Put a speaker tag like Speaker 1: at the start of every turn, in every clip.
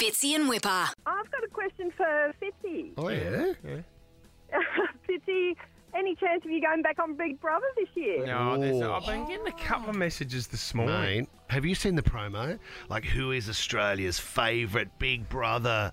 Speaker 1: Fitzy and Whipper.
Speaker 2: I've got a question for Fitzy.
Speaker 3: Oh, yeah?
Speaker 4: Yeah.
Speaker 2: Fitzy, any chance of you going back on Big Brother this year?
Speaker 4: No, there's,
Speaker 3: Oh.
Speaker 4: I've been getting a couple of messages this morning.
Speaker 3: Mate, have you seen the promo? Like, who is Australia's favourite big brother?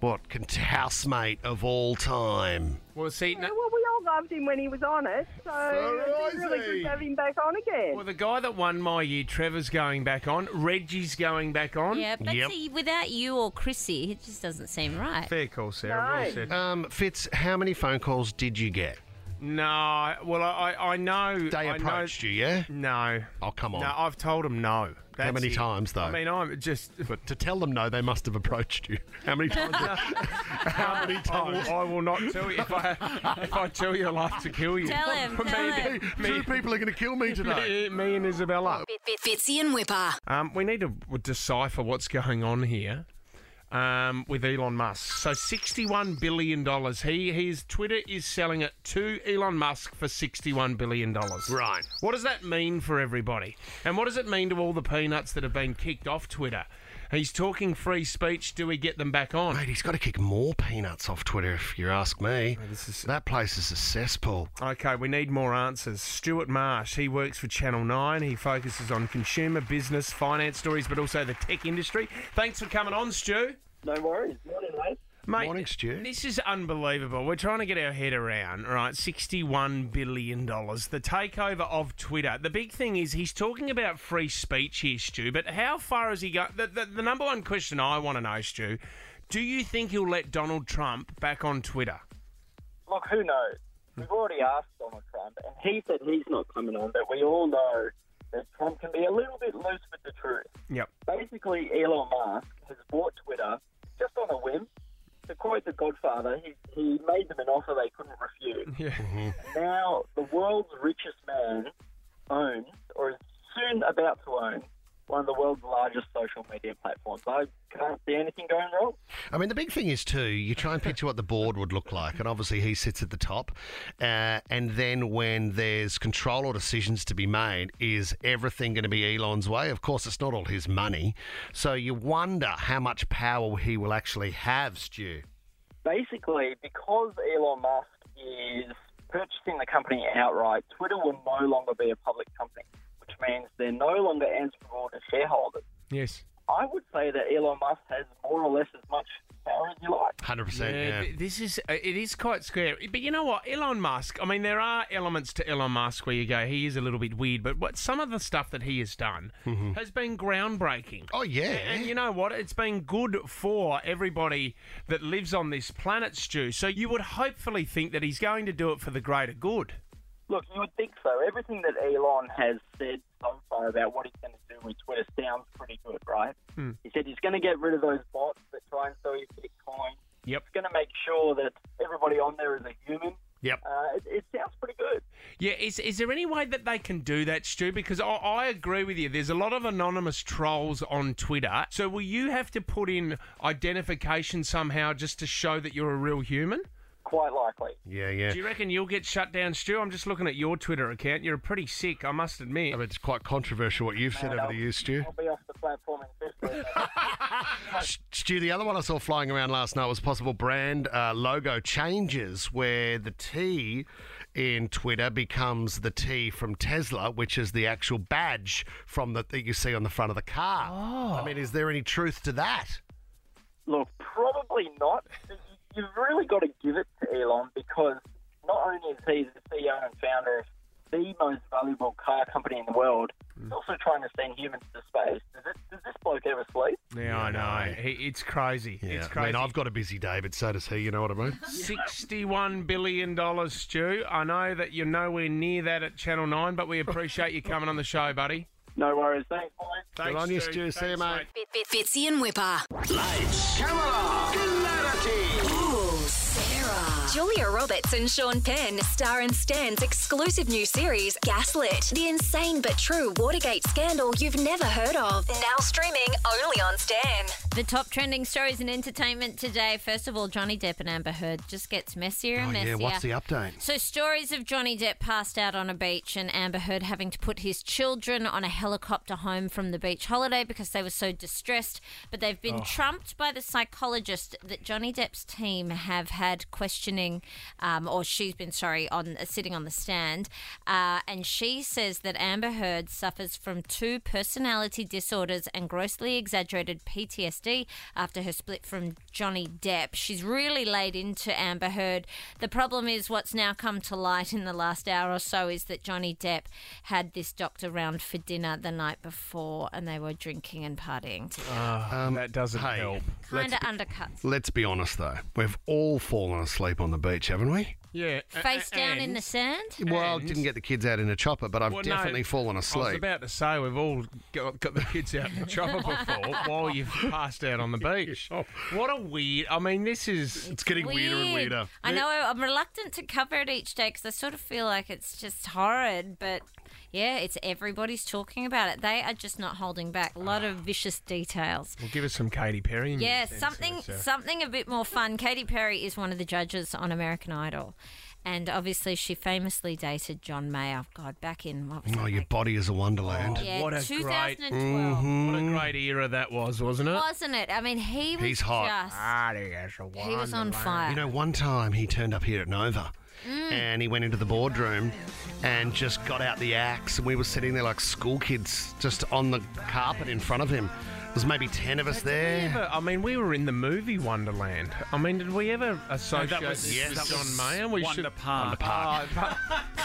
Speaker 3: What, cont- housemate of all time?
Speaker 4: Well, see, no,
Speaker 2: Well, we all loved him when he was on it, so it's really
Speaker 3: Rosie.
Speaker 2: good to have him back on again.
Speaker 4: well, the guy that won my year, Trevor's going back on. Reggie's going back on.
Speaker 5: Yeah, but
Speaker 3: Yep.
Speaker 5: see, without you or Chrissy, it just doesn't seem right.
Speaker 4: Fair call, Sarah. Well
Speaker 2: No.
Speaker 4: said.
Speaker 3: Um, Fitz, how many phone calls did you get?
Speaker 4: No, well, I, I, I know.
Speaker 3: They
Speaker 4: I
Speaker 3: approached you, yeah?
Speaker 4: No.
Speaker 3: Oh, come on.
Speaker 4: No, I've told him no. That's
Speaker 3: many
Speaker 4: it.
Speaker 3: times, though?
Speaker 4: I mean, I'm just.
Speaker 3: But to tell them no, they must have approached you. How many times? how many
Speaker 4: I
Speaker 3: times?
Speaker 4: will, I will not tell you. If I, if I tell you, I'll have to kill you.
Speaker 5: Tell him,
Speaker 4: Me-
Speaker 5: tell
Speaker 4: me-
Speaker 5: him.
Speaker 3: Two people are going to kill me today.
Speaker 4: Me, me and Isabella.
Speaker 1: Fitzy and Whipper.
Speaker 4: Um, we need to w- decipher what's going on here um, with Elon Musk. So sixty-one billion dollars. He his Twitter is selling it to Elon Musk for sixty-one billion dollars.
Speaker 3: Right.
Speaker 4: What does that mean for everybody? And what does it mean to all the peanuts that have been kicked off Twitter? He's talking free speech. Do we get them back on?
Speaker 3: Mate, he's got to kick more peanuts off Twitter, if you ask me.
Speaker 4: Oh,
Speaker 3: That place is a cesspool.
Speaker 4: Okay, we need more answers. Stuart Marsh, he works for Channel 9. He focuses on consumer, business, finance stories, but also the tech industry. Thanks for coming on, Stu.
Speaker 6: No worries. Morning, mate.
Speaker 4: Mate,
Speaker 3: Morning, Stu.
Speaker 4: This is unbelievable. We're trying to get our head around, all right? $61 billion. The takeover of Twitter. The big thing is he's talking about free speech here, Stu, but how far has he got? The, the, the number one question I want to know, Stu, do you think he'll let Donald Trump back on Twitter?
Speaker 6: Look, who knows? We've already asked Donald Trump, and he said he's not coming on, but we all know that Trump can be a little bit loose with the truth.
Speaker 4: Yep.
Speaker 6: Basically, Elon Musk has bought Twitter just on a whim. To quote the Godfather, he, he made them an offer they couldn't refuse.
Speaker 4: Yeah.
Speaker 6: Now, the world's richest man owns, or is soon about to own, one of the world's largest social media platforms. I can't see anything going wrong.
Speaker 3: I mean, the big thing is too. You try and picture what the board would look like, and obviously he sits at the top. Uh, and then when there's control or decisions to be made, is everything going to be Elon's way? Of course, it's not all his money. So you wonder how much power he will actually have, Stu.
Speaker 6: basically, because Elon Musk is purchasing the company outright, Twitter will no longer be a public company, which means they're no longer answerable to shareholders.
Speaker 4: Yes.
Speaker 6: I would say that Elon Musk has more or less as much power as you like.
Speaker 3: Hundred percent.
Speaker 4: Yeah,
Speaker 3: Yeah.
Speaker 4: th- this is uh, it is quite scary. But you know what, Elon Musk. I mean, there are elements to Elon Musk where you go, he is a little bit weird. But what some of the stuff that he has done has been groundbreaking.
Speaker 3: Mm-hmm. Oh yeah.
Speaker 4: And you know what? It's been good for everybody that lives on this planet, Stu. So you would hopefully think that he's going to do it for the greater good.
Speaker 6: Look, you would think so. Everything that Elon has said so far about what he's going to do with Twitter sounds pretty good, right? He said he's going to get rid of those bots that try and sell you Bitcoin.
Speaker 4: Yep.
Speaker 6: He's going to make sure that everybody on there is a human.
Speaker 3: Yep.
Speaker 6: Uh, it, it sounds pretty good.
Speaker 4: Yeah, is, is there any way that they can do that, Stu? Because I, I agree with you. There's a lot of anonymous trolls on Twitter. So will you have to put in identification somehow just to show that you're a real human?
Speaker 6: Quite likely.
Speaker 3: Yeah. Yeah.
Speaker 4: Do you reckon you'll get shut down, Stu? I'm just looking at your Twitter account. You're pretty sick, I must admit.
Speaker 3: I mean, it's quite controversial what you've said over
Speaker 6: Man, I'll-
Speaker 3: the years, Stu.
Speaker 6: I'll be off the platform in 15 minutes.
Speaker 3: S- Stu, the other one I saw flying around last night was possible brand uh, logo changes, where the T in Twitter becomes the T from Tesla, which is the actual badge from the, that you see on the front of the car. I mean, is there any truth to that?
Speaker 6: Look, probably not. You've really got to give it to Elon because not only is he the CEO and founder of the most valuable car company in the world, he's
Speaker 3: Hmm.
Speaker 6: also trying to send humans to space. Does, it, does this bloke ever sleep?
Speaker 4: Yeah, I know. He, it's crazy. It's
Speaker 3: I
Speaker 4: crazy.
Speaker 3: mean, I've got a busy day, but so does he. You know what I mean?
Speaker 4: $61 billion, Stu. I know that you're nowhere near that at Channel 9, but we appreciate you coming on the show, buddy.
Speaker 6: No worries. Thanks, boys.
Speaker 4: Thanks,
Speaker 3: on you, Stu. See you,
Speaker 4: Thanks,
Speaker 3: mate.
Speaker 1: Fitzy and Whipper.
Speaker 7: Lights, camera, hilarity.
Speaker 1: Ooh, Sarah.
Speaker 8: Julia Roberts and Sean Penn star in Stan's exclusive new series, Gaslit, the insane but true Watergate scandal you've never heard of. Now streaming only on Stan.
Speaker 5: The top trending stories in entertainment today. First of all, Johnny Depp and Amber Heard just gets messier and
Speaker 3: Oh,
Speaker 5: messier.
Speaker 3: yeah, what's the update?
Speaker 5: So, stories of Johnny Depp passed out on a beach and Amber Heard having to put his children on a helicopter home from the beach holiday because they were so distressed. But they've been trumped by the psychologist that Johnny Depp's team have had questioning, um, or she's been, sorry, on uh, sitting on the stand. Uh, and she says that Amber Heard suffers from two personality disorders and grossly exaggerated PTSD after her split from Johnny Depp. She's really laid into Amber Heard. The problem is what's now come to light in the last hour or so is that Johnny Depp had this doctor round for dinner the night before and they were drinking and partying. together.
Speaker 4: Uh, that doesn't
Speaker 3: Um, hey.
Speaker 4: help.
Speaker 5: Kind of undercuts.
Speaker 3: Let's be honest, though. We've all fallen asleep on the beach, haven't we?
Speaker 4: Yeah. a-
Speaker 5: Face
Speaker 4: a-
Speaker 5: down in
Speaker 4: and-
Speaker 5: the sand?
Speaker 3: Well,
Speaker 4: And-
Speaker 3: didn't get the kids out in a chopper, but I've
Speaker 4: Well, no,
Speaker 3: definitely fallen
Speaker 4: I was
Speaker 3: asleep.
Speaker 4: about to say we've all got, got the kids out in the chopper before while you've passed out on the beach. What a weird! I mean, this is
Speaker 3: it's getting weirder and
Speaker 5: Weird.
Speaker 3: weirder.
Speaker 5: I know I'm reluctant to cover it each day because I sort of feel like it's just horrid, but yeah, it's everybody's talking about it. They are just not holding back. A lot
Speaker 3: Ah.
Speaker 5: of vicious details.
Speaker 4: Well, give us some Katy Perry.
Speaker 3: Hmm.
Speaker 4: music
Speaker 5: Yeah,
Speaker 4: then,
Speaker 5: something
Speaker 4: Sarah.
Speaker 5: something a bit more fun. Katy Perry is one of the judges on American Idol. And obviously, she famously dated John Mayer. God, back in what was
Speaker 3: Oh,
Speaker 5: that,
Speaker 3: your
Speaker 5: like-
Speaker 3: body is a Mm-hmm. wonderland.
Speaker 5: yeah,
Speaker 4: what a great-
Speaker 5: 2012,
Speaker 4: What a great era that was, wasn't it?
Speaker 5: wasn't it? I mean, he was
Speaker 3: He's hot.
Speaker 5: just
Speaker 4: Ah, there's a
Speaker 5: he was on
Speaker 4: wonderland.
Speaker 5: fire.
Speaker 3: You know, one time he turned up here at Nova
Speaker 5: Mm.
Speaker 3: and he went into the boardroom and just got out the axe. And we were sitting there like school kids just on the carpet in front of him. There's maybe 10 of us there.
Speaker 4: Ever- I mean, we were in the movie Wonderland. I mean, did we ever associate
Speaker 9: that was-
Speaker 4: this
Speaker 9: yes,
Speaker 4: with
Speaker 9: that was
Speaker 4: John Mayer? We
Speaker 9: Wonder
Speaker 4: should
Speaker 9: Park.
Speaker 4: Wonder Park.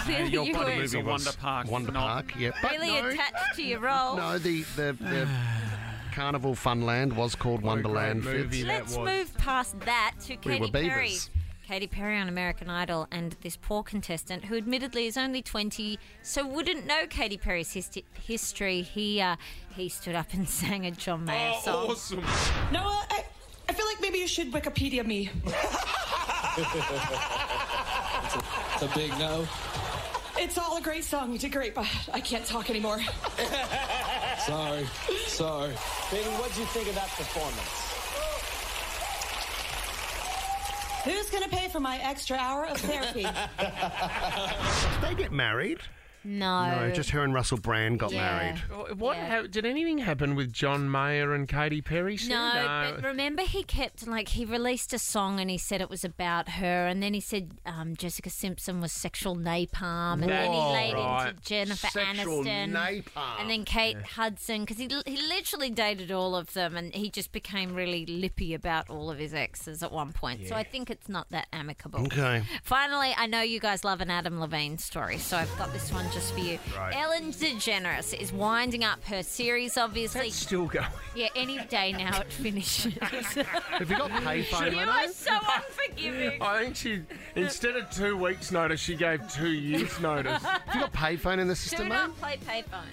Speaker 5: Oh,
Speaker 9: your
Speaker 5: You
Speaker 9: body
Speaker 5: were
Speaker 9: was a Wonder Park.
Speaker 3: Wonder
Speaker 9: not-
Speaker 3: Park, yeah. But
Speaker 5: really
Speaker 3: no,
Speaker 5: attached to your role.
Speaker 3: no, the, the, the Carnival Funland was called
Speaker 4: What a great
Speaker 3: Wonderland.
Speaker 4: movie
Speaker 3: Fitz.
Speaker 4: that
Speaker 5: Let's
Speaker 4: was.
Speaker 5: move past that to
Speaker 3: were
Speaker 5: Katy Perry.
Speaker 3: beavers.
Speaker 5: Katy Perry on American Idol, and this poor contestant who, admittedly, is only 20, so wouldn't know Katy Perry's hist- history. He uh, he stood up and sang a John Mayer
Speaker 3: Oh,
Speaker 5: song.
Speaker 4: awesome.
Speaker 10: Noah, uh, I, I feel like maybe you should Wikipedia me.
Speaker 9: The big no.
Speaker 10: It's all a great song. You did great, but I can't talk anymore.
Speaker 9: Sorry. Sorry.
Speaker 7: Baby, what'd you think of that performance?
Speaker 10: Who's going to pay for my extra hour of therapy?
Speaker 3: Did they get married?
Speaker 5: No,
Speaker 3: No, just her and Russell Brand got
Speaker 5: Yeah. Oh.
Speaker 3: married.
Speaker 4: What
Speaker 5: Yeah.
Speaker 4: hap- did anything happen with John Mayer and Katy Perry? Sue?
Speaker 5: No, but remember he kept like he released a song and he said it was about her, and then he said um, Jessica Simpson was sexual napalm, and then he
Speaker 4: Whoa.
Speaker 5: laid into
Speaker 4: Right.
Speaker 5: Jennifer
Speaker 3: Sexual
Speaker 5: Aniston,
Speaker 3: napalm.
Speaker 5: and then Kate Hudson because he he literally dated all of them, and he just became really lippy about all of his exes at one point. So I think it's not that amicable.
Speaker 3: Okay.
Speaker 5: Finally, I know you guys love an Adam Levine story, so I've got this one just for you. Ellen DeGeneres is winding up her series, obviously.
Speaker 4: That's still going.
Speaker 5: Yeah, any day now it finishes.
Speaker 4: Have you got payphone?
Speaker 5: you are so unforgiving.
Speaker 4: I think she, instead of two weeks' notice, she gave two years' notice.
Speaker 3: Have you got payphone in the
Speaker 5: Do
Speaker 3: system, mate?
Speaker 5: not play payphone.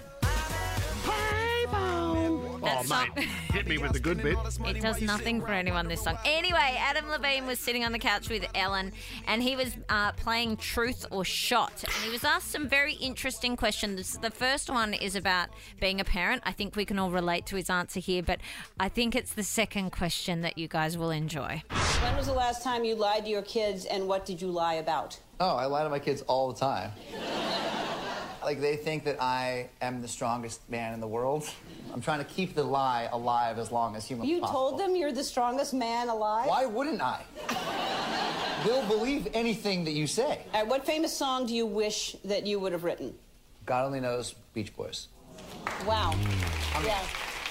Speaker 3: Oh,
Speaker 5: That's
Speaker 3: mate,
Speaker 5: not-
Speaker 3: hit me with the good bit.
Speaker 5: It does nothing for anyone, this song. Anyway, Adam Levine was sitting on the couch with Ellen and he was uh, playing Truth or Shot. And he was asked some very interesting questions. The first one is about being a parent. I think we can all relate to his answer here, but I think it's the second question that you guys will enjoy.
Speaker 10: when was the last time you lied to your kids, and what did you lie about?
Speaker 11: Oh, I lie to my kids all the time. like, they think that I am the strongest man in the world. I'm trying to keep the lie alive as long as humanly
Speaker 10: You
Speaker 11: possible.
Speaker 10: told them you're the strongest man alive?
Speaker 11: Why wouldn't I? They'll believe anything that you say.
Speaker 10: All right, what famous song do you wish that you would have written?
Speaker 11: God only knows Beach Boys.
Speaker 10: Wow. Yeah.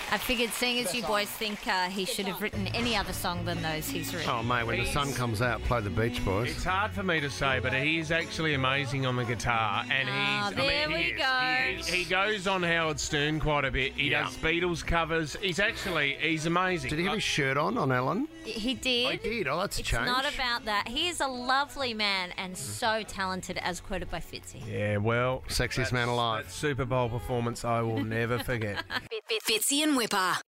Speaker 5: I figured, seeing as you boys think uh, he should have written any other song than those he's written.
Speaker 3: Oh, mate, when the sun comes out, play the Beach Boys.
Speaker 4: It's hard for me to say, but he is actually amazing on the guitar, and
Speaker 5: Ah,
Speaker 4: he's.
Speaker 5: there
Speaker 4: I mean,
Speaker 5: we
Speaker 4: he is.
Speaker 5: go.
Speaker 4: He, he goes on Howard Stern quite a bit. He
Speaker 3: Yeah.
Speaker 4: does Beatles covers. He's actually he's amazing. Uh,
Speaker 3: Did he have
Speaker 4: I-
Speaker 3: his shirt on, on Ellen?
Speaker 5: He did.
Speaker 3: I did. Oh, that's a
Speaker 5: It's
Speaker 3: change.
Speaker 5: not about that. He is a lovely man and so talented, as quoted by Fitzy.
Speaker 4: yeah, well,
Speaker 3: Sexiest
Speaker 4: that's-
Speaker 3: man alive.
Speaker 4: that Super Bowl performance I will never forget.
Speaker 1: Fitzy and Whipper.